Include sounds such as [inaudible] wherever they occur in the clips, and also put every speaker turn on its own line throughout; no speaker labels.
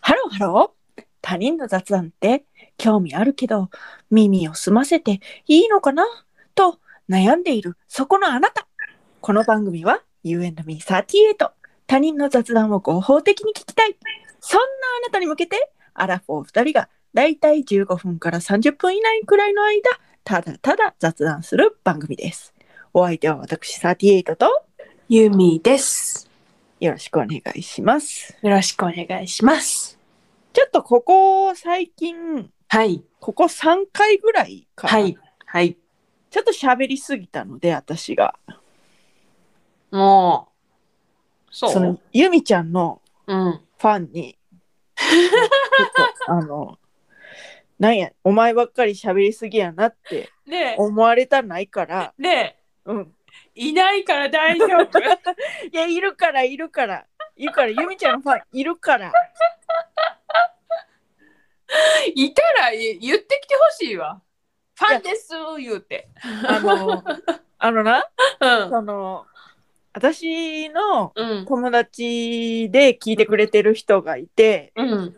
ハローハロー。他人の雑談って興味あるけど、耳を澄ませていいのかなと悩んでいるそこのあなた。この番組は U&Me38。他人の雑談を合法的に聞きたい。そんなあなたに向けて、アラフォー2人がだいたい15分から30分以内くらいの間、ただただ雑談する番組です。お相手は私38と
ユミです。
よろしくお願いします。
よろしくお願いします。
ちょっとここ最近、
はい。
ここ3回ぐらいかな。
はい。はい。
ちょっと喋りすぎたので、私が。
もう、そ
そうの、ゆみちゃんの
うん。
ファン
[laughs]
に、ちょっと、あの、なんや、お前ばっかり喋りすぎやなって
で、
思われたないから、
で、
うん。
いないから大丈夫。
いや、いるから、いるから、いるから、ゆみちゃんのファンいるから、
いたらい言ってきてほしいわ。ファンです言うて。
あの、あのな、
うん。
その、私の
うん。
友達で聞いてくれてる人がいて、
うん。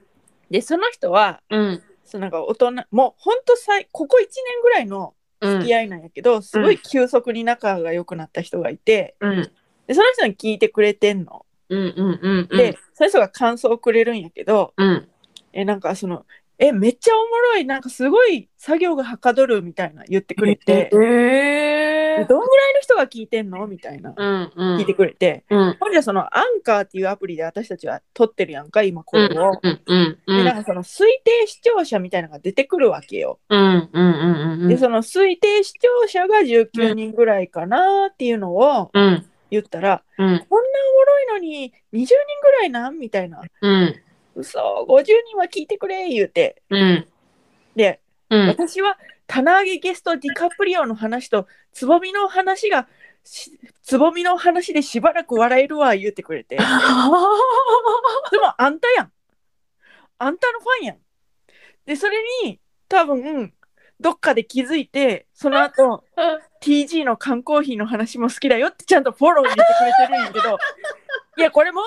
で、その人は、
うん。
そうなんか大人もうほんとさいここ1年ぐらいの
うん
付き合いなんやけど、すごい急速に仲が良くなった人がいて
うん。
でその人に聞いてくれてんの。
うん。うん。うん。
で、その人が感想をくれるんやけど
うん。
えなんかその「えめっちゃおもろいなんかすごい作業がはかどる」みたいな言ってくれて「
え
え
ー。
どんぐらいの人が聞いてんの?」みたいな
うん。うん。
聞いてくれて
うん。
ほんでそのアンカーっていうアプリで私たちは撮ってるやんか今こ
う
れ
ん。
を。
うん。うん。う
でなんか
ん。
その推定視聴者みたいなのが出てくるわけよ。
うん。うん。うん。
でその推定視聴者が19人ぐらいかなっていうのを
うん。
言ったら、
う
こ
ん。
んなおもろいのに20人ぐらいなんみたいな
うん。
「嘘50人は聞いてくれ」言うて
うん。
で、
うん。
私は棚上げゲストディカプリオの話とつぼみの話がしつぼみの話でしばらく笑えるわ言うてくれてでもあんたやんあんたのファンやんでそれに多分どっかで気づいてその後
[laughs]
TG の缶コーヒーの話も好きだよってちゃんとフォローに言ってくれてるんやけど
[laughs]
いやこれも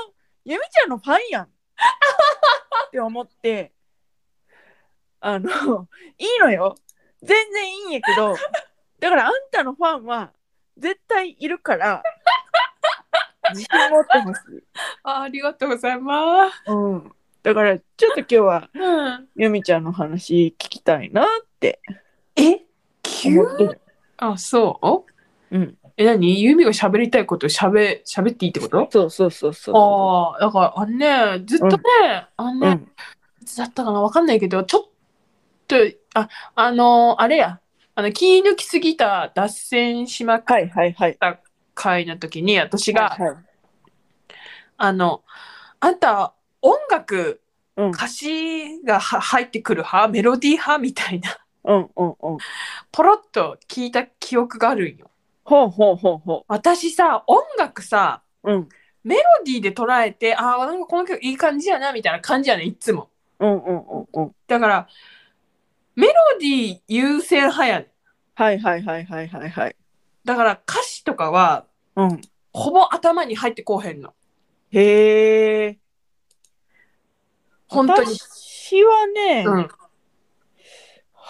ゆみちゃんのファンやんって思ってあのいいのよ全然いいんやけどだからあんたのファンは絶対いるから自信持ってほしい、
ありがとうございます。
うん、だからちょっと今日は
うん、
ゆみちゃんの話聞きたいなって
え
思
急
ってる、
あ、そう
うん、
え、なにユミが喋りたいこと喋、喋っていいってこと
そうそうそうそうそ
ああ、だから、あのね、ずっとね、あの
う、う
ね、
ん、
いつだったかなわかんないけど、ちょっと、あ、あのーあれや、あの、気抜きすぎた脱線しまくっ
はいはいはい
た回の時に、私が、
はいはい
あの、あんた、音楽、
うん
歌詞がは入ってくる派メロディー派みたいな、
うんうんうん
ポロッと聞いた記憶があるんよ。
ほうほうほうほ
私さ音楽さ
う。うん。
メロディーで捉えてああなんかこの曲いい感じやなみたいな感じやねんいつも
うんうんうんうん。
だからメロディー優先派やねん
はいはいはいはいはいはい。
だから歌詞とかは
うん。
ほぼ頭に入ってこうへんの
へえ。
本当に
私はね、
うん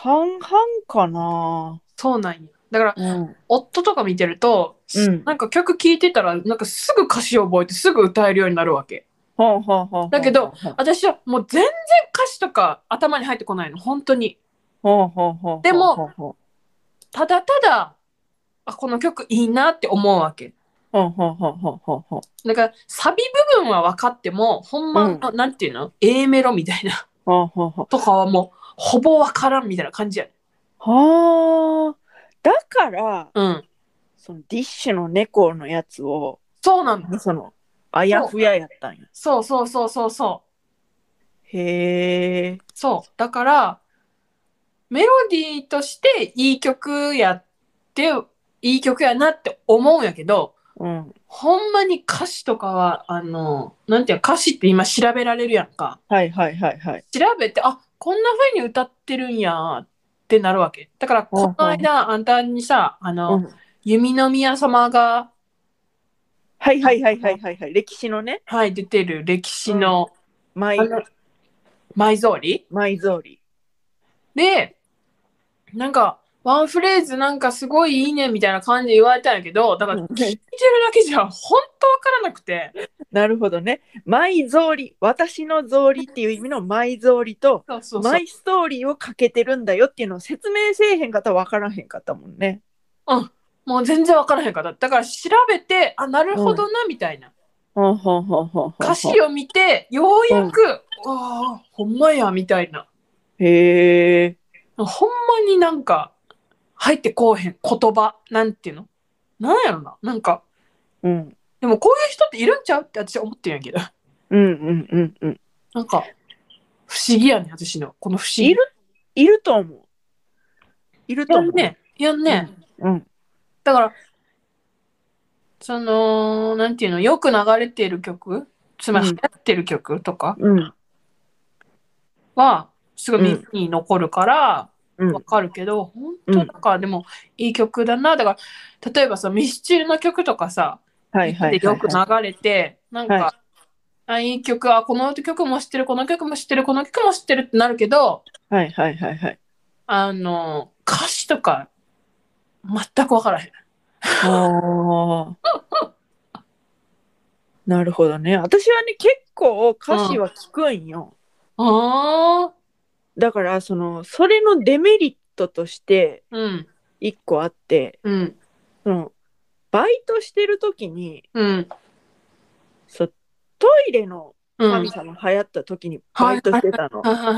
半々かな。
そうなんよだから
うん。
夫とか見てると、
うん
なんか曲聴いてたらなんかすぐ歌詞覚えてすぐ歌えるようになるわけ
ほうほうほうほう。
だけど
ほう
私はもう全然歌詞とか頭に入ってこないの本当に
ほうほうほう。
でも
ほうほ
ただただあこの曲いいなって思うわけ
うほうほうほうほうほう
なんかサビ部分は分かってもほんま、
う
なんていうの A メロみたいな
ほうほうほう。
とかはもうほぼ分からんみたいな感じやね
はあ。だから、
うん
そのディッシュの猫のやつを、
そうなの
その、あやふややったんや。
そうそうそうそうそう
へえ。
そうだからメロディーとしていい曲やっていい曲やなって思うんやけど
うん。
ほんまに歌詞とかはあのなんていうの歌詞って今調べられるやんか
はいはいはいはい。
調べてあこんな風に歌ってるんやってなるわけだからこの間あんたにさあの、
うん
弓の宮様が、
はいはいはいはいはいはい。歴史のね、
はい、出てる歴史の,、
マイ
あの埋蔵り
埋蔵り。
で、なんか、ワンフレーズなんかすごいいいねみたいな感じで言われたんやけど、だから聞いてるだけじゃ本当わからなくて、
[laughs] なるほどね。埋蔵り、私の蔵りっていう意味の埋蔵りと、
そうそうそう
マイストーリーをかけてるんだよっていうのを説明せえへんかったらわからへんかったもんね。
もう全然わからへんかった。だから調べて、あ、なるほどなみたいな。
ほんほんほんほんほんほん
歌詞を見て、ようやく、ああ、ほんまやみたいな。
へえ。
ほんまになんか入ってこうへん言葉なんていうのなんやろななんか
うん。
でもこういう人っているんちゃうって私は思ってるんやけど [laughs]
うんうんうんうん。
なんか不思議やね私のこの不思議
いるいると思う。いると
や
思
ん
う。
ねやんね、
うん。
だからそのなんていうのよく流れてる曲つまり
う
流
ん
行ってる曲とか
うん。
はすごい耳に残るから
うん
わかるけど、本当だからでもいい曲だなだから例えばさミスチルの曲とかさ、
はいはいはい、
でよく
は
流れて、なんか、
はい
あ、いい曲、あ、この曲も知ってる、この曲も知ってる、この曲も知ってるってなるけど、
い。はいはいはいはい。
あの、歌詞とか、全くわからへん。
ああ。
[laughs]
なるほどね。私はね、結構歌詞は聞くんよ。
ああ、
だから、その、それのデメリットとして、
うん、
一個あって、
うん、
その、バイトしてる時に、
うん、
そうトイレの
うん。はい
神様流行った時にバイトしてたの、
はいはい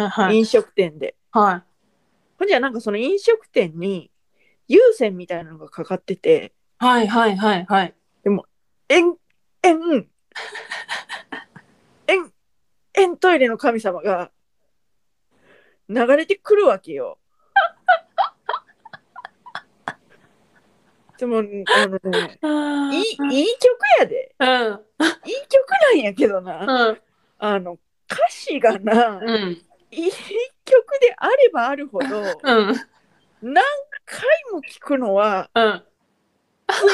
はいはい。
飲食店で。
はい。
ほんじゃなんかその飲食店に有線みたいなのがかかってて
はいはいはいはい。
「えんえんえんえんトイレの神様」が流れてくるわけよ。でもあのね
うん、
いいいい曲やで
うん、
いい曲なんやけどな
うん、
あの歌詞がな、
うん、
いい曲であればあるほど何
うん、
回も聞くのは
うん。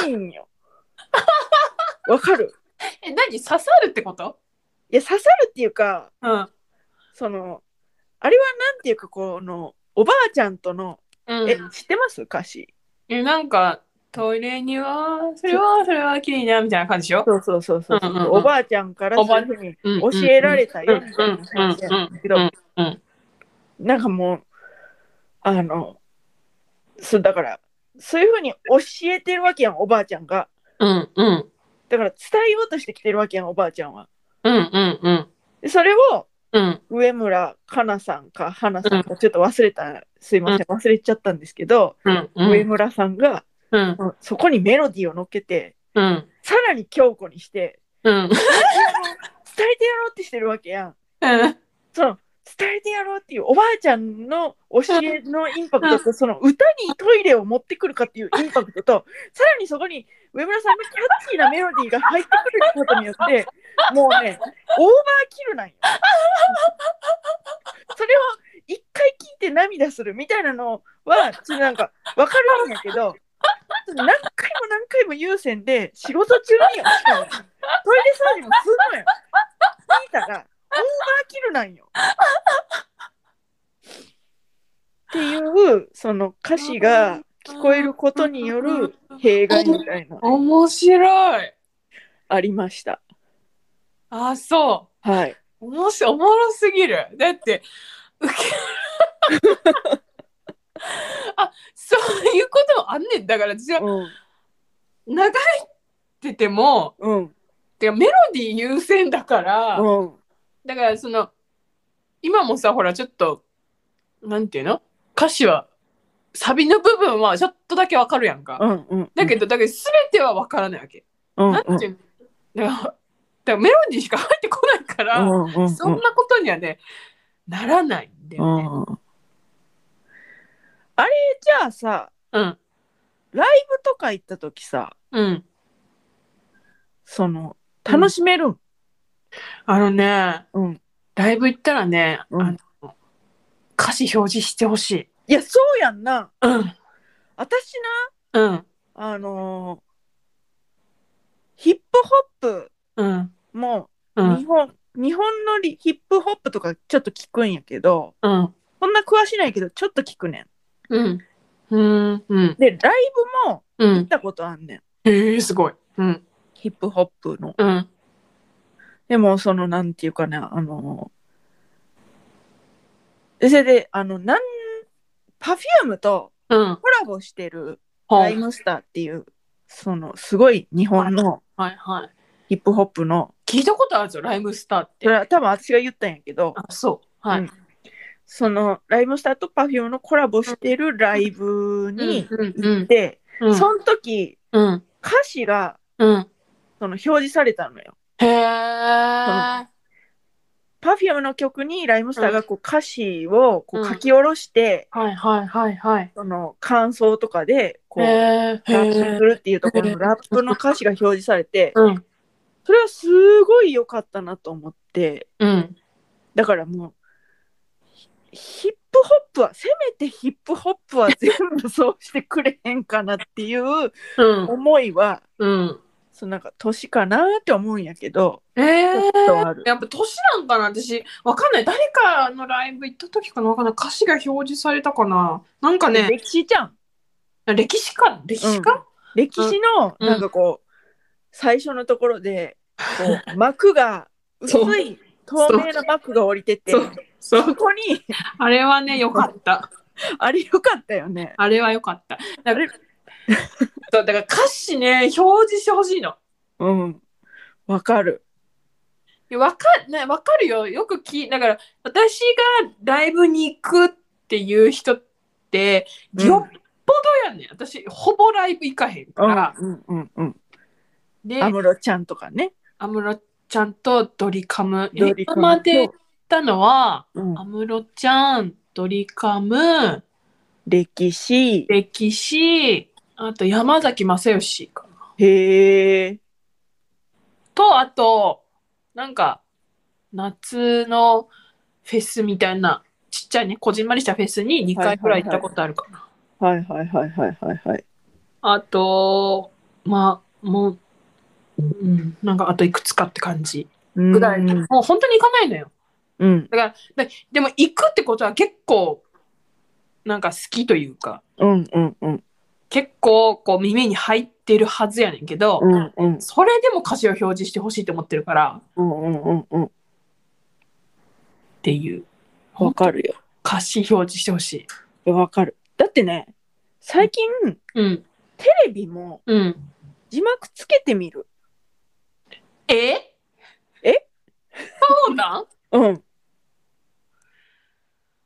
いいんよ。わかる
え、何刺さるってこと
いや刺さるっていうか
うん、
そのあれはなんていうかこのおばあちゃんとの、
うん
え。知ってます歌詞
え、なんか、トイレには、それは、それは綺麗な、みたいな感じでしょ
そうそうそうそう,、
うんうんうん
おばあちゃんからそういうふうに教えられたよみたいな感じなんだけど
うんうんうんうん
なんかもうあのそうだからそういうふうに教えてるわけやんおばあちゃんが。
うんうん
だから伝えようとしてきてるわけやんおばあちゃんは。
うんうんうん
でそれを
うん
上村かなさんか花さんかちょっと忘れたすいません忘れちゃったんですけど、
うん
上村さんが
うん
そこにメロディーを乗っけて
うん
さらに強固にして
う
伝え
ん
てやろうってしてるわけやん。
うん
その伝えてやろうっていうおばあちゃんの教えのインパクトとその歌にトイレを持ってくるかっていうインパクトとさらにそこに上村さんのキャッチーなメロディーが入ってくることによってもうねオーバーキルなんよ。それを一回聞いて涙するみたいなのはちょっとなんかわかるんやけど何回も何回も優先で仕事中によしかもトイレ掃除もすんのよ。聞いたらキルなんよ。っていうその歌詞が聞こえることによる弊害みたいな
面白い
ありました。
あそ
はい。
うおもしおもろすぎるだってウケるあそういうこともあんねんだからじゃあ
うん。
流れてても
うん。
てかメロディー優先だから
うん。
だからその今もさほらちょっとなんていうの歌詞はサビの部分はちょっとだけわかるやんか、
うん。うん。
だけどだけど全てはわからないわけ、
うん、
なんていうのだからだからメロディーしか入ってこないから、
うん。うん。うん。
そんなことにはねならないん
う
だよね
ん。あれじゃあさ、
うん
ライブとか行った時さ、
うん
その楽しめるん。
あのね
うん。
ライブ行ったらね、
うん
あの歌詞表示してほしい
いやそうやんな。
うん
私
うん
なあのーヒップホップ
うん
も
うん
日本、日本のリヒップホップとかちょっと聞くんやけど、
うん。
そんな詳しないけど、ちょっと聞くね
うん。うん。うん
ん。。で、ライブも
う
行っ
ん。
たことあんねん。
ええ、すごい。うん。
ヒップホップの。
うん。
でも、その、なんていうかな、あの、でそれで、あの、なん、パフュームと
うん。
コラボしてる
は
ライ
い。
ムスターっていう、その、すごい日本の
はい。はい。
ヒップホップの、
聞いたことあるぞ、ライムスターっ
そ
て。
れは多分私が言ったんやけど、
あ、そう。は
う
い
ん。その、ライムスターとパフュームのコラボしてるライブに
うんうん
行って、
うん。
その時、
うん。
歌詞が、
うん。
その、表示されたのよ。
へえ。
パフュームの曲にライムスターがこう歌詞をこう書き下ろして、
はいはいはいはい。
その感想とかでこ
へ
うラ
え。へ
ップす
え。
るっていうところのラップの歌詞が表示されて
うん。
それはすごい良かったなと思って
うん。
だからもうヒヒップホップはせめてヒップホップは全部そうしてくれへんかなっていう
うん。
思いは
うん。
そのなんか年かなって思うんやけど
え
ちょ
え
っ。とある。
やっぱ年なんかな私わかんない誰かのライブ行った時かなわかんない歌詞が表示されたかななんかね
歴史じゃん
歴史か歴史か、
歴史の
うん
なんかこう、最初のところでこ
[laughs]
う幕が薄
そう
い透明な幕が降りてて
そうそ
そうこに
あれはねよかった
あれよかったよね。
あれはよかっただから
れ
[laughs] そうだから歌詞ね表示してほしいの
うんわかる。
いやわか,、ね、わかるよよくきだから私がライブに行くっていう人って
うん
よっぽどやね、ん、私ほぼライブ行かへん
う
か
ん
ら、
うんうんうん。
で
安室ちゃんとかね。
安室ちゃんとドリカム
ドリカム
今まで行ったのは
うん
安室ちゃんドリカム
歴史。
歴史あと山崎正義かな
へえ。
とあとなんか夏のフェスみたいなちっちゃいねこじんまりしたフェスに2回くらい行ったことあるかな、
はいはいはいはいはいはい。
あとまあもううん、なんかあといくつかって感じ
うん
ぐらい、もう本当に行かないのよ
うん
ででも行くってことは結構なんか好きというか
うんうんうん
結構こう耳に入ってるはずやねんけど、
うんうん
それでも歌詞を表示してほしいと思ってるから
うんうんうんうん。
っていう
わかる
歌詞表示してほしい。
よ。わかる。だってね最近
うん
テレビも
うん、
字幕つけてみる。
え
え
そうなん
うん。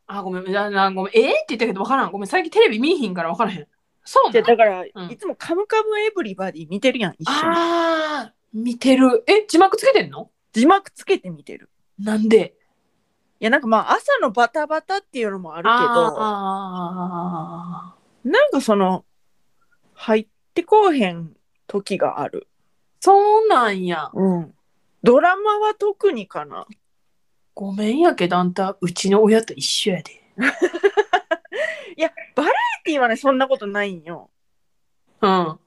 あごめんななごめんえって言ったけど分からんごめん最近テレビ見えひんから分からへんそう
じ
な
ゃだ
ん
から、
ん
いつも「カムカムエブリバディ」見てるやん一緒に
あー見てるえ字幕つけてんの
字幕つけて見てる
なんで
いやなんかまあ朝のバタバタっていうのもあるけど
あー
なんかその入ってこうへん時がある、
そうなんや
うん、ドラマは特にかな
ごめんやけどあんたうちの親と一緒やで。
バラエティはねそんなことないんよ
うん。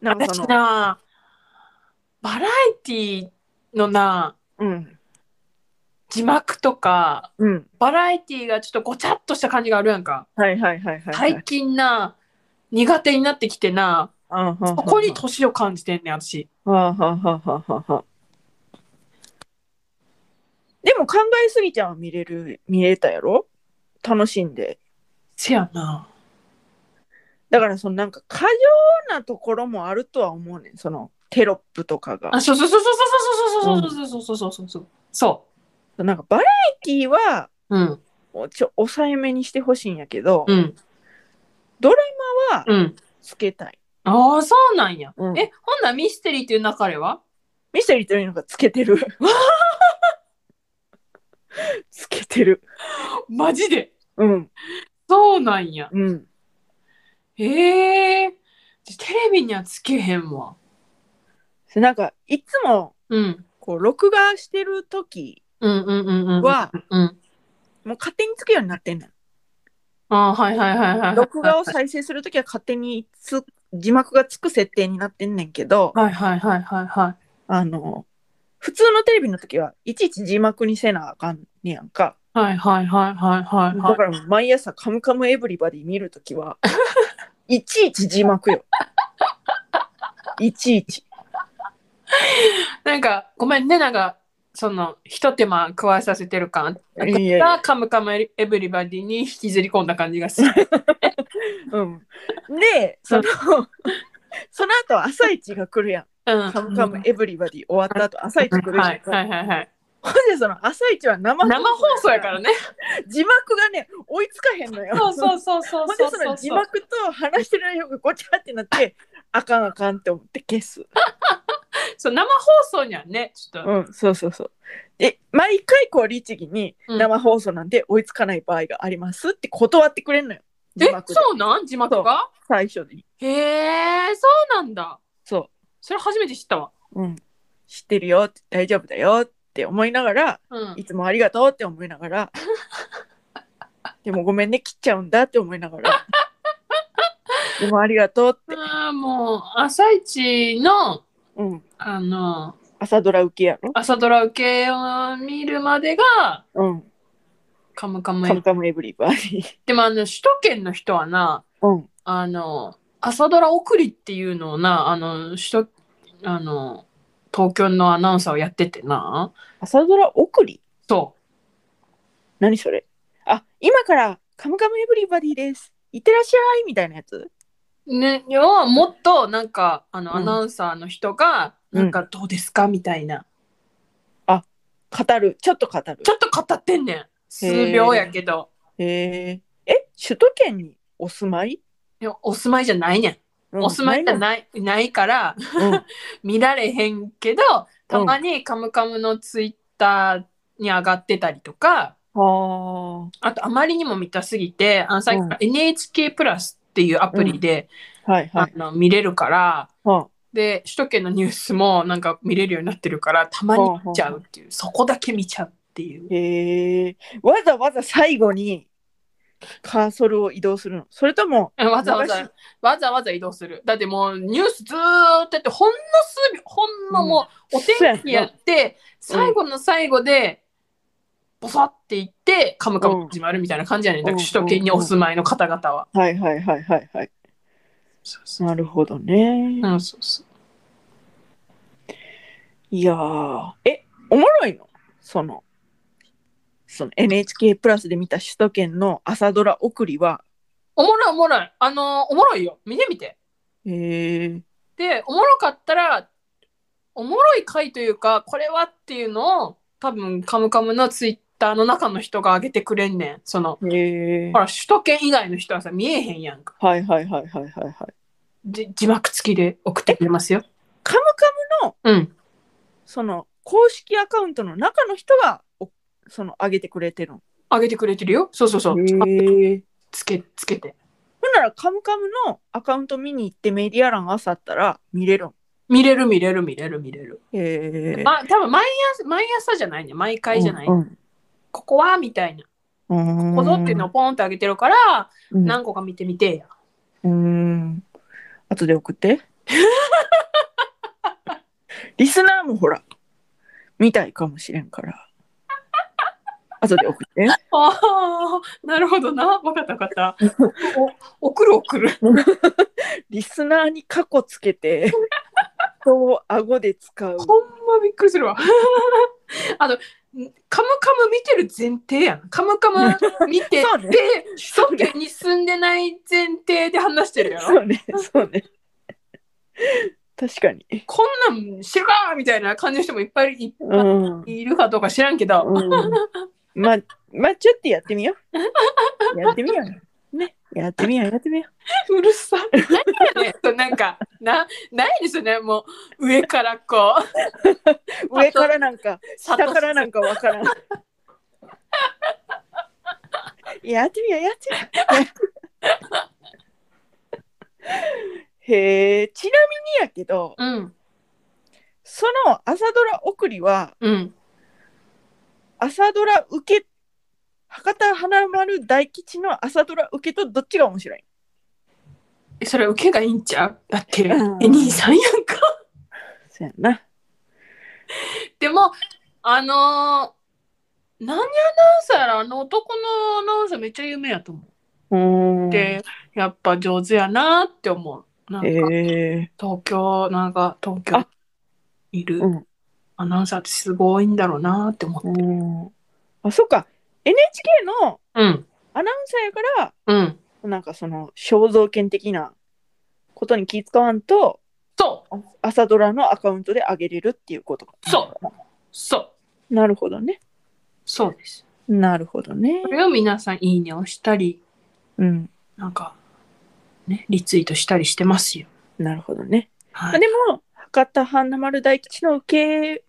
なんか
私
その、
なバラエティのな
うん
字幕とか
うん、
バラエティがちょっとごちゃっとした感じがあるやんか。
はいはいはいはい、はい
最近な苦手になってきてな
うん
そこに年を感じてんねん私。
はあはあはあはあはあはあでも考えすぎちゃんは見れる見れたやろ楽しんで
せやな。
だからそのなんか過剰なところもあるとは思うねんそのテロップとかが
あそうそうそうそうそうそうそうそうそうそうそうそうそうそ
なんかバラエティーは
う。うん
もうちょ抑えめにしてほしいんやけど、
うん
ドラマは
うん。
つけたい、
ああそうなんや。
うん
えほんならミステリーっていう流れは
ミステリーというのがつけて
[laughs]
るつけてる
マジで
うん
そうなんや。
うん
ええテレビにはつけへんわ。
それなんかいつも
うん。
こう録画してる時
うんうんうんうん。
は
うん。
もう勝手につくようになってんねん
あーはいはいはいはい。
録画を再生する時は勝手につ字幕がつく設定になってんねんけど
はいはいはいはいはい。
あの普通のテレビの時はいちいち字幕にせなあかんねやんか。
はいはいはいはいはいは
だ
い
からもう毎朝「カムカムエヴリバディ」見るとき
[laughs]
はいちいち字幕よ。いちいち。
なんかごめんねなんかそのひと手間加えさせてる感あ
いやいや
ったカムカムエブリバディに引きずり込んだ感じがする
[laughs] うん、でその [laughs] その後朝一が来るやん
う
「
ん
カムカムエヴリバディ」終わった後朝一来るやん、
はいはいはいはい
ほんでその朝一は生
生放送やからね
字幕がね追いつかへんのよ。
そうそうそうそう
ほん
そ
で
う
その字
そう
幕と話してる内容がごちゃってな
[laughs]
ってあかんあかんって思って消す。
そう生放送にはねちょっと、
うん、そうそうそう。で、毎回こう、律儀に
うん
生放送なんで追いつかない場合がありますって断ってくれんのよ。
え
字幕で
そうなん字幕が
最初に。
へえそうなんだ
そ
それ初めて知ったわ
う。うん。知ってるよって、大丈夫だよって思いながら、
うん
いつもありがとうって思いなが
[laughs]
ら、でもごめんね、切っちゃうんだって思いながら、でもありがとうって。
ああもう朝一の
うん。
あの
朝ドラ受けやろ。
朝ドラ受けを見るまでが
うん。
カムカム
カ
エ
ムカムエブリバディ。
でもあの首都圏の人はな
うん。
あの朝ドラ送りっていうのをなあの首都あの東京のアナウンサーをやっててな
朝ドラ送り
そ
何それあ今から「カムカムエブリバディです」「いってらっしゃい」みたいなやつ
うね要はもっとなんかあの、
うん
アナウンサーの人が
うん
なんかどうですかみたいな
語るちょっと語る
ちょっと語ってんねん数秒やけど
へーえ首都圏にお住まい、
いやお住まいじゃないねん
うん
お住まいじゃないないから
ないの、
[laughs] 見られへんけどたまに「カムカム」のツイッターに上がってたりとか
うん、は
あとあまりにも見たすぎてあのさっきから
うん
NHK プラスっていうアプリで、
あはいは
あ
い
の見れるから
は
で首都圏のニュースもなんか見れるようになってるからたまに見ちゃうっていうそこだけ見ちゃうっていう
あへえわざわざ最後にカーソルを移動するのそれとも
わざわ
流し
ざわざわざ移動するだってもうニュースずーっとやってほんの数秒ほんのも
う
う
ん
お天気やって
そうやな
最後の最後でボサっていってカムカ
う
ム
ん
始まるみたいな感じや
う
ねん
ん
だから首都圏にお住まいの方々は。
はいはいはいはいはい
そうそう
なるほどね、
うんそうそう
いやーえおもろいのそのその NHK プラスで見た首都圏の朝ドラ送りは
おもろいおもろい。あのーおもろいよ。見てみて。
へえ
で、おもろかったら、おもろい回というか、これはっていうのを、多分カムカムのツイッターの中の人が上げてくれんねん。その、
へえ
ほら、首都圏以外の人はさ、見えへんやんか。
はいはいはいはいはいはい
で、字幕付きで送ってくれますよ。
カムカム
うん。
その公式アカウントの中の人がおその上げてくれてるの
上げてくれてるよ。そうそうそう。
へえ
つけ、つけて。
ほんならカムカムのアカウント見に行ってメディア欄あさったら見れるん
見れる見れる見れる見れる。
へえ
まあ、多分毎朝、毎朝じゃないね。毎回じゃない。
うん
ここはみたいな。
うん
ここぞっていうのをポンって上げてるから、
うん
何個か見てみてや。
うん後で送って [laughs] リスナーもほら見たいかもしれんから後で送 [laughs] って
ああ、なるほどな。わかったわかった。お送る送る。
リスナーに過去つけて人を顎で使う
ほんまびっくりするわ。あの、カムカム見てる前提やん。カムカム見て
そうね
で、
そ
首都圏に住んでない前提で話してるやろ。
そうね、そうね。確かに。
こんなん知るかみたいな感じの人もいっぱいい
うん。
いるかどうか知らんけど、
うん、ま、ま、ちょっとやってみよう。やってみよう。ね、やってみよう、やってみよ
うるさい。何やねんそうなんか、な、ないですよね。もう、上からこう、
う。上からなんか、下
諭す
からなんかわからん。やってみよう、やってみよう。へえ、ちなみにやけど、
うん、
その朝ドラ送りは、
うん。
朝ドラ受け博多華丸大吉の朝ドラ受けとどっちが面白い
えそれ受けがいいんちゃうだって、
うん
え、兄さんやんか。
そうやな。
でも、あのー、何アナウンサーやら、あの男のアナウンサーめっちゃ有名やと思
うん
う。で、やっぱ上手やなって思う。なんか、
え
東京、なんか、東京
あ
い
ーう
る
ん
アナウンサーってすごいんだろうなって思う。
うん、あそっか NHK の
うん、
アナウンサーやから
うん。
なんかその肖像権的なことに気使わんと
そ
あ朝ドラのアカウントで上げれるっていうことか
そうう、そう、
うなるほどね
そうです。
なるほどね
これを皆さん、いいねをしたり、
うん
なんか、ね、リツイートしたりしてますよ。
なるほどね、
は
まあ
い、
でも博多華丸大吉の受け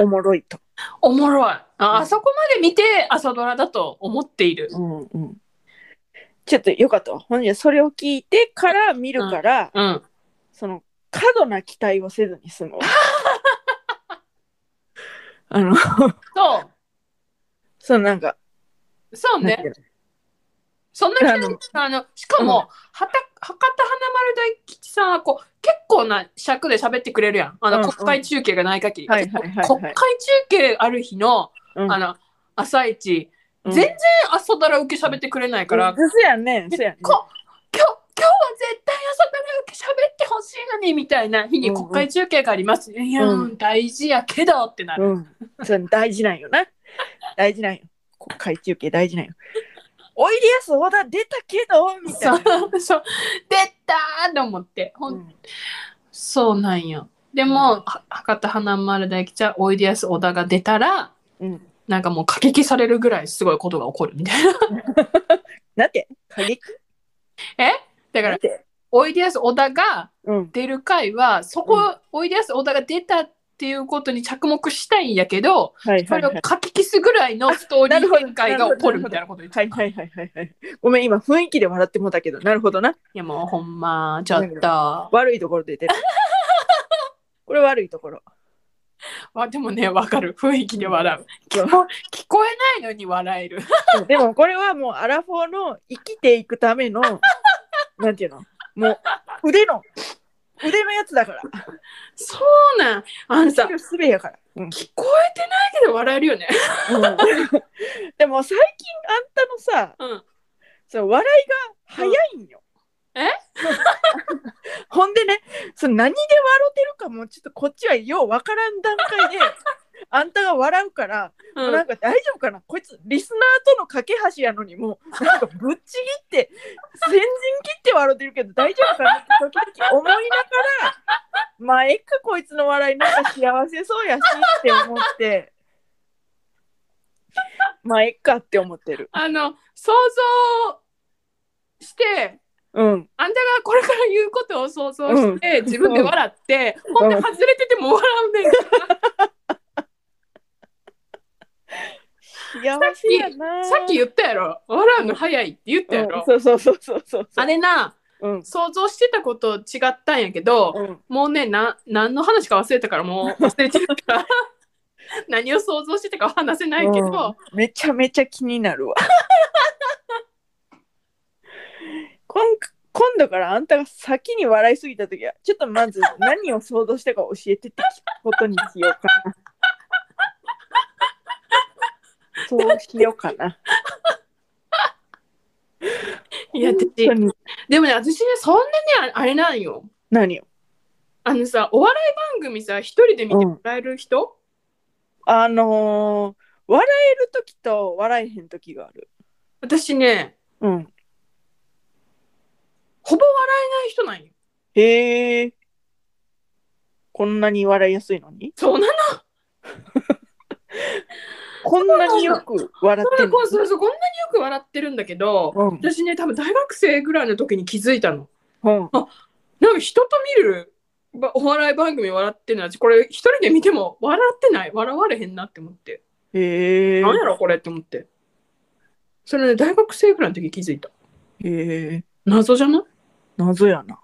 おもろいと、
おもろいあ。あそこまで見て朝ドラだと思っている。
うんうん、ちょっとよかったわほんじゃそれを聞いてから見るから、
うん。
その過度な期待をせずに済
[laughs]
むわあの
そ
そのなんか
う、そう
なんて
ね
いう。の
そんな感じあのしかも、はた博多華丸大吉さんはこう結構な尺で喋ってくれるやんあの、
うんうん
国会中継がない限り、
はいはいはいはい
国会中継ある日の,、
うん
あの朝一
うん
全然朝ドラ受け喋ってくれないから、
うんそうやねんそうやねん
こ今日今日は絶対朝ドラ受け喋ってほしいのにみたいな日に
うんうん
国会中継があります、いやー大事やけどってなる、
うん、それ大事なんよな。大事なんよ。国会中継大事なんよ。おいでやす小田出たけどみた
そ
いな。
う [laughs] そう出たーと思ってほん
うん
そうなんよ。でも、は博多華丸大吉はおいでやす小田が出たら、
うん、
なんかもう過激されるぐらいすごいことが起こるみたいな。 [laughs]
なんて過激
だか
な
ら
ん、て
おいでやす小田が
うん
出る回は、そこ、
うん
おいでやす小田が出たっていうことに着目したいんやけど、
はい
そ
はい
れ
は
を
い
過激すぐらいのストーリ
なるほ
ー
ど
展開が起こるみたいなこと言 [laughs] ってた
はいはいはいはいはいごめん今雰囲気で笑ってもうたけどなるほどない
やもうほんま、ちょっと。
悪いところで
[laughs]
出るこれ悪いところ
わでもね、わかる。雰囲気で笑う。
うん
聞こ聞こえないのに笑える。
そうでもこれはもうアラフォーの生きていくためのなんていうのもう腕の腕のやつだから
そうなん。あんさ、
生きる術やから、うん
聞こえてないけど笑えるよね。
でも最近あんたのさ
うん。
その笑いが早いんよ。
うんえ
[laughs] ほんでねその何で笑ってるかもちょっとこっちはようわからん段階であんたが笑うから、
うん
なんか大丈夫かなこいつリスナーとの架け橋やのにもうなんかぶっちぎって先陣切って笑ってるけど大丈夫かなって時々思いながらまあえっかこいつの笑いなんか幸せそうやしって思ってまあえっかって思ってる。
あの想像して
うん
あんたがこれから言うことを想像して、自分で笑って、ほんで外れてても笑うねんけど
幸せやな
さっき言ったやろ笑うの早いって言ったやろ、
うんそうそうそうそうそうそう
あれな
うん
想像してたこと違ったんやけど、
うん
もうねな何の話か忘れたからもう忘れてるから [laughs] 何を想像してたかは話せないけど、
うんめちゃめちゃ気にな [laughs] るわ今今度からあんたが先に笑いすぎた時はちょっとまず何を想像したか教えてって聞くことにしようか [laughs] なそうしようかない
や私
本当に
でもね私ねそんなにああれなんよ
何を
あのさお笑い番組さ一人で見てもらえる人、
あのー笑える時と笑えへん時がある
私ね
うん
ほぼ笑えない人なんよ。
へえこんなに笑いやすいのに
そうなの
こんなによく笑って
そ
ん
う
の
こんなによく笑ってるんだけど、
うん
私ね多分大学生ぐらいの時に気づいたの。
うん
なんか人と見るばお笑い番組笑ってるのはこれ一人で見ても笑ってない笑われへんなって思って、
へえ
なんやろこれって思ってそれね大学生ぐらいの時気づいた
へえ
謎じゃない
謎やな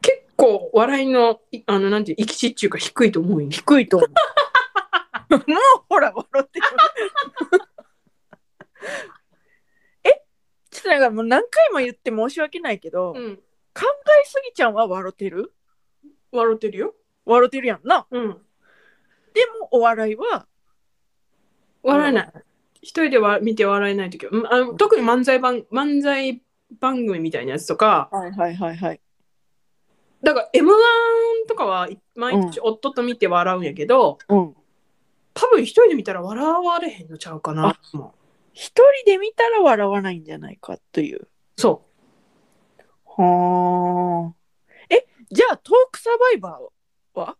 結構笑いのいあのなんていう生き地っていうか低いと思うんよ
低い [laughs] と思うもうほら笑ってるえちょっとなんかもう何回も言って申し訳ないけど、考
うん
えすぎちゃんは笑ってる
笑ってるよ
笑ってるやんな
うん
でもお笑いは
笑えない。一人では見て笑えないときは、うんあの特に漫才番漫才番組みたいなやつとか、
はいはいはいはい
だから M1 とかは毎日夫と見て笑うんやけど、
うん
多分一人で見たら笑われへんのちゃうかな。も
一人で見たら笑わないんじゃないかという
うそ
はあえじゃあトークサバイバーは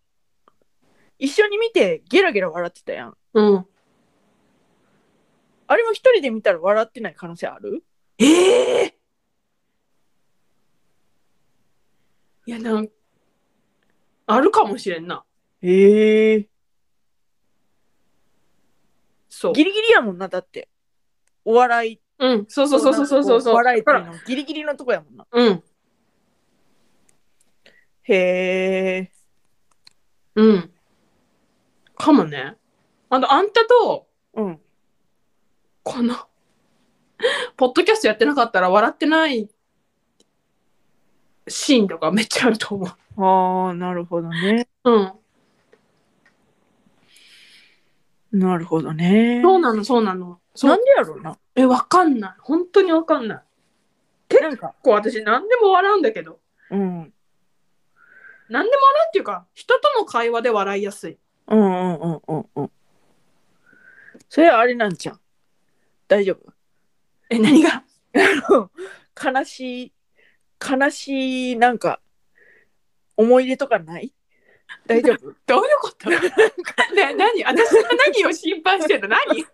一緒に見てゲラゲラ笑ってたやん
う。うん。
あれも一人で見たら笑ってない可能性ある
ええいや、なんあるかもしれんな。
ええ
そう。
ギリギリやもんなだってお笑い
うん、そうそうそうそうそうそうそう。
笑いっていう
だか
のギリギリのとこやもんな
らうん、
へえ
うん。かもね。あと、あんたと、
うん
この、ポッドキャストやってなかったら笑ってないシーンとかめっちゃあると思
ああなるほどね
う。うん。
なるほどね
そうなの、そうなの。そう
なんでやろうな
え、わかんない。本当にわかんない。
なんか
こう、私、何でも笑うんだけど。
うん
何でも笑うっていうか、人との会話で笑いやすい。
うんうんうんうんうんそれはあれなんじゃん大丈夫
え、何が
悲しい悲しいなんか思い出とかない大丈夫
どういうこと [laughs] ね、何私が何を心配してた [laughs] 何
いや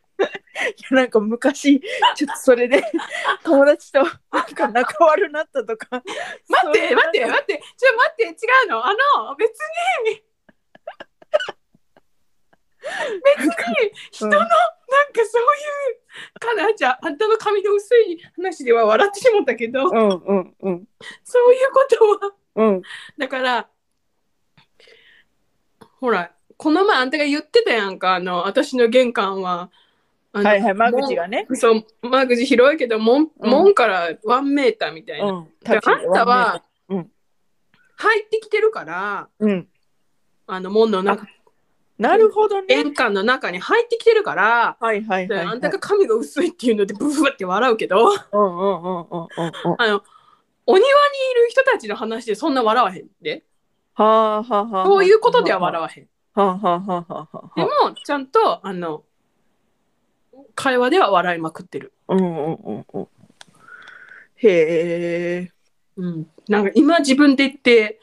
[laughs] なんか昔ちょっとそれ
[laughs]
で友達となんか仲悪なったとか
待っ
そう
て待って待ってちょ待って違うのあの別 [laughs] に別に人のなんかそういうかなじゃああんたの髪の薄い話では笑ってしまったけど
うんうんうん
そういうことは
うん
だからほらこの前あんたが言ってたやんかあの私の玄関はあの
はいはい間口がね
門そう間口広いけど門,、
うん
門からワンメーターみたいな、
うん
であんたは、
うん
入ってきてるから
うん
あの門の中
なるほどね
玄関の中に入ってきてるから、
はいはい
で
はいは
あ
い
んたが髪が薄いっていうのでブフって笑うけど
うんうんうんうんうんうん
あのお庭にいる人たちの話でそんな笑わへんで
はあはあはあ
そういうことでは笑わへん
はあはあはあはあはあ
でもちゃんとあの会話では笑いまくってる、
うんうんうんうんへえ
うん、なんか今自分で言って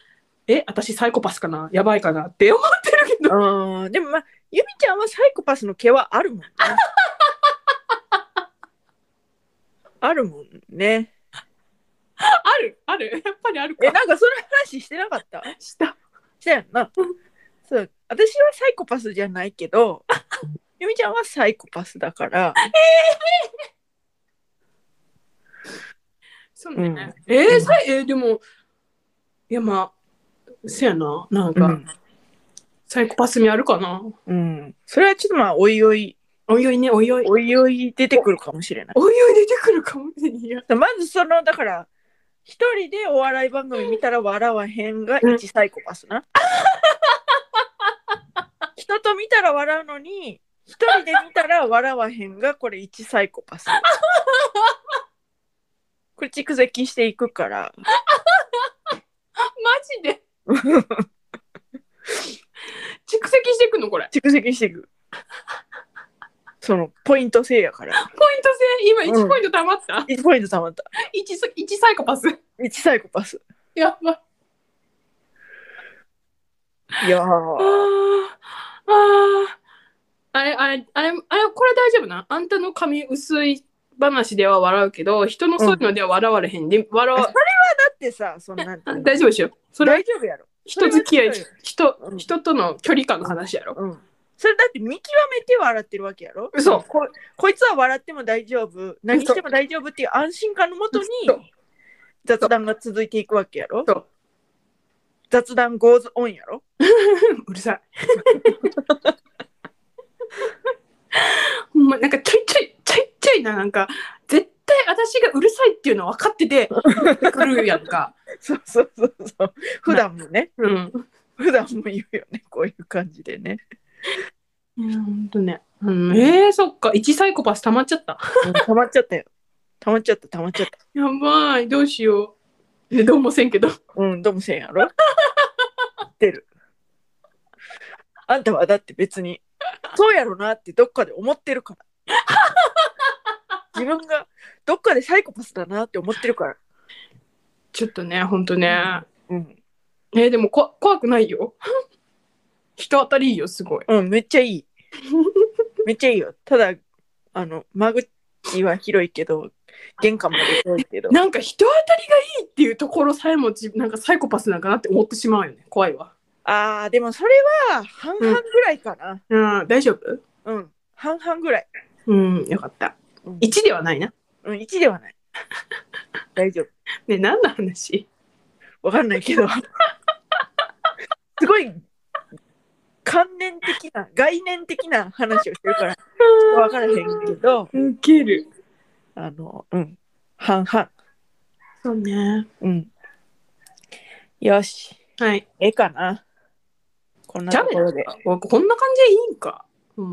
え私サイコパスかなやばいかなって [laughs] 思ってるけど
あーでもまあゆみちゃんはサイコパスの毛はあ
[laughs]
るもんねあるもんね
あるある [laughs] やっぱりある
え
か
なんかその話してなかった
した
したやんなそう私はサイコパスじゃないけどゆみちゃんはサイコパスだから
そうね。えーさえーでも、いやまあ、せやな、なんか、
うん
サイコパス味あるかな。
うんそれはちょっとまあおいおい
おいおいね、おいおい。
おいおい出てくるかもしれない
おいおい出てくるかもしれんや。
まずそのだから一人でお笑い番組見たら笑わへんが
うん
一サイコパス [laughs] な。人と見たら笑うのに一人で見たら笑わへんがこれ一サイコ [laughs] パス。これ蓄積していくから。
マジで蓄積していくのこれ。
蓄積していく。そのポイント制やから。
ポイント制、今
う
1
ん
ポイントたまった。
1ポイントたまった。
一サ一サイコパス。
1サイコパス。
やばい。
いや
あ
ー
ーあー。あれ、あれ、あれ、あれ、これ大丈夫なあんたの髪薄い話では笑うけど、人のそういうのでは笑われへんで、笑わ、
だってさ、そんなんていうの
大丈夫でしょそれ
大丈夫やろ。
人付き合い
それは違うよ、
人
う、ん
人との距離感の話やろ。
うんそれだって見極めて笑ってるわけやろ
嘘
ここいつは笑っても大丈夫何しても大丈夫っていう安心感のもとに
そう
雑談が続いていくわけやろ
そう
雑談 goes on やろ
うるさい。 [laughs] ほんま、なんかちょいちょい、ちょいちょいな、なんか、絶対私がうるさいっていうの分かって [laughs] て、来るやんか。
そうそうそうそう普段もね
うん。
普段も言うよねこういう感じでね
いや、ほんとね。うん、えー、そっか。一サイコパス溜まっちゃった。
溜まっちゃったよ。溜まっちゃった、溜まっちゃった。
やばい。どうしよう。で、どうもせんけど。
うん、どうもせんやろ。出る。あんたはだって別に、そうやろなってどっかで思ってるから。自分がどっかでサイコパスだなって思ってるから。
ちょっとね、ほんとね。
うん、
えー、でもこ怖くないよ。 [laughs] 人当たりいいよ、すごい。
うん、めっちゃいい。めっちゃいいよ。ただ、あの、間口は広いけど、玄関まで広いけど。
なんか人当たりがいいっていうところさえもじなんかサイコパスなんかなって思ってしまうよね怖いわ
あー、でもそれは半々ぐらいかな。
うん大丈夫
うん、半々ぐらい。
うんよかった
うん
1ではないな
うん、1ではない。大丈夫。
ね何の話
わかんないけど。すごい観念的な、概念的な話をしてるから、わからへんけど、
ウケる
あの、うん、半々。
そうね
うん。よし、
はい
ええかな。こんな
じゃ
と
あね
ころで。
わこんな感じでいいんか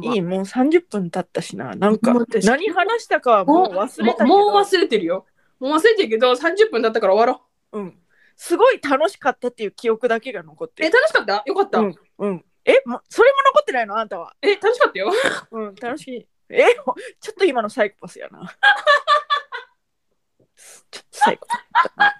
いい、
い
もう30分経ったしな。なんか
ほんまで、す
何話したかはもう忘
もう忘
れ
れ
たけど、
もう忘れてるよもう忘れてるけど30分だったから終わろ
うん。すごい楽しかったっていう記憶だけが残っ
うえ
てる。
楽しかったよかった、
うんうん。え、もうそれも残ってないのあんたは。
え楽しかったよ
うん、楽しい。え、もうちょっと今のサイコパスやな。 [laughs] ちょっとサイコパスだな。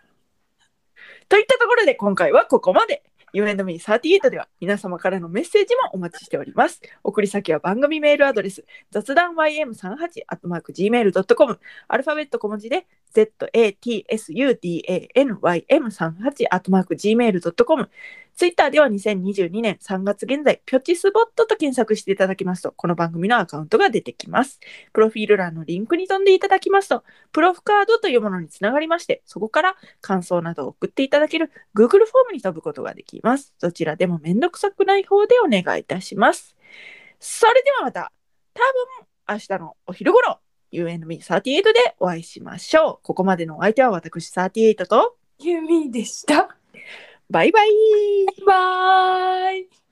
といったところで今回はここまで。U&Me38 では皆様からのメッセージもお待ちしております。送り先は番組メールアドレス雑談 ym38-gmail.com アルファベット小文字で zatsudanym38-gmail.com ツイッターでは2022年3月現在、ピョチスボットと検索していただきますと、この番組のアカウントが出てきます。プロフィール欄のリンクに飛んでいただきますと、プロフカードというものにつながりまして、そこから感想などを送っていただける Google フォームに飛ぶことができます。どちらでもめんどくさくない方でお願いいたします。それではまた、多分明日のお昼頃、UNB38 でお会いしましょう。ここまでのお相手は私38と、
ゆみでした
バイバイ
バイバーイ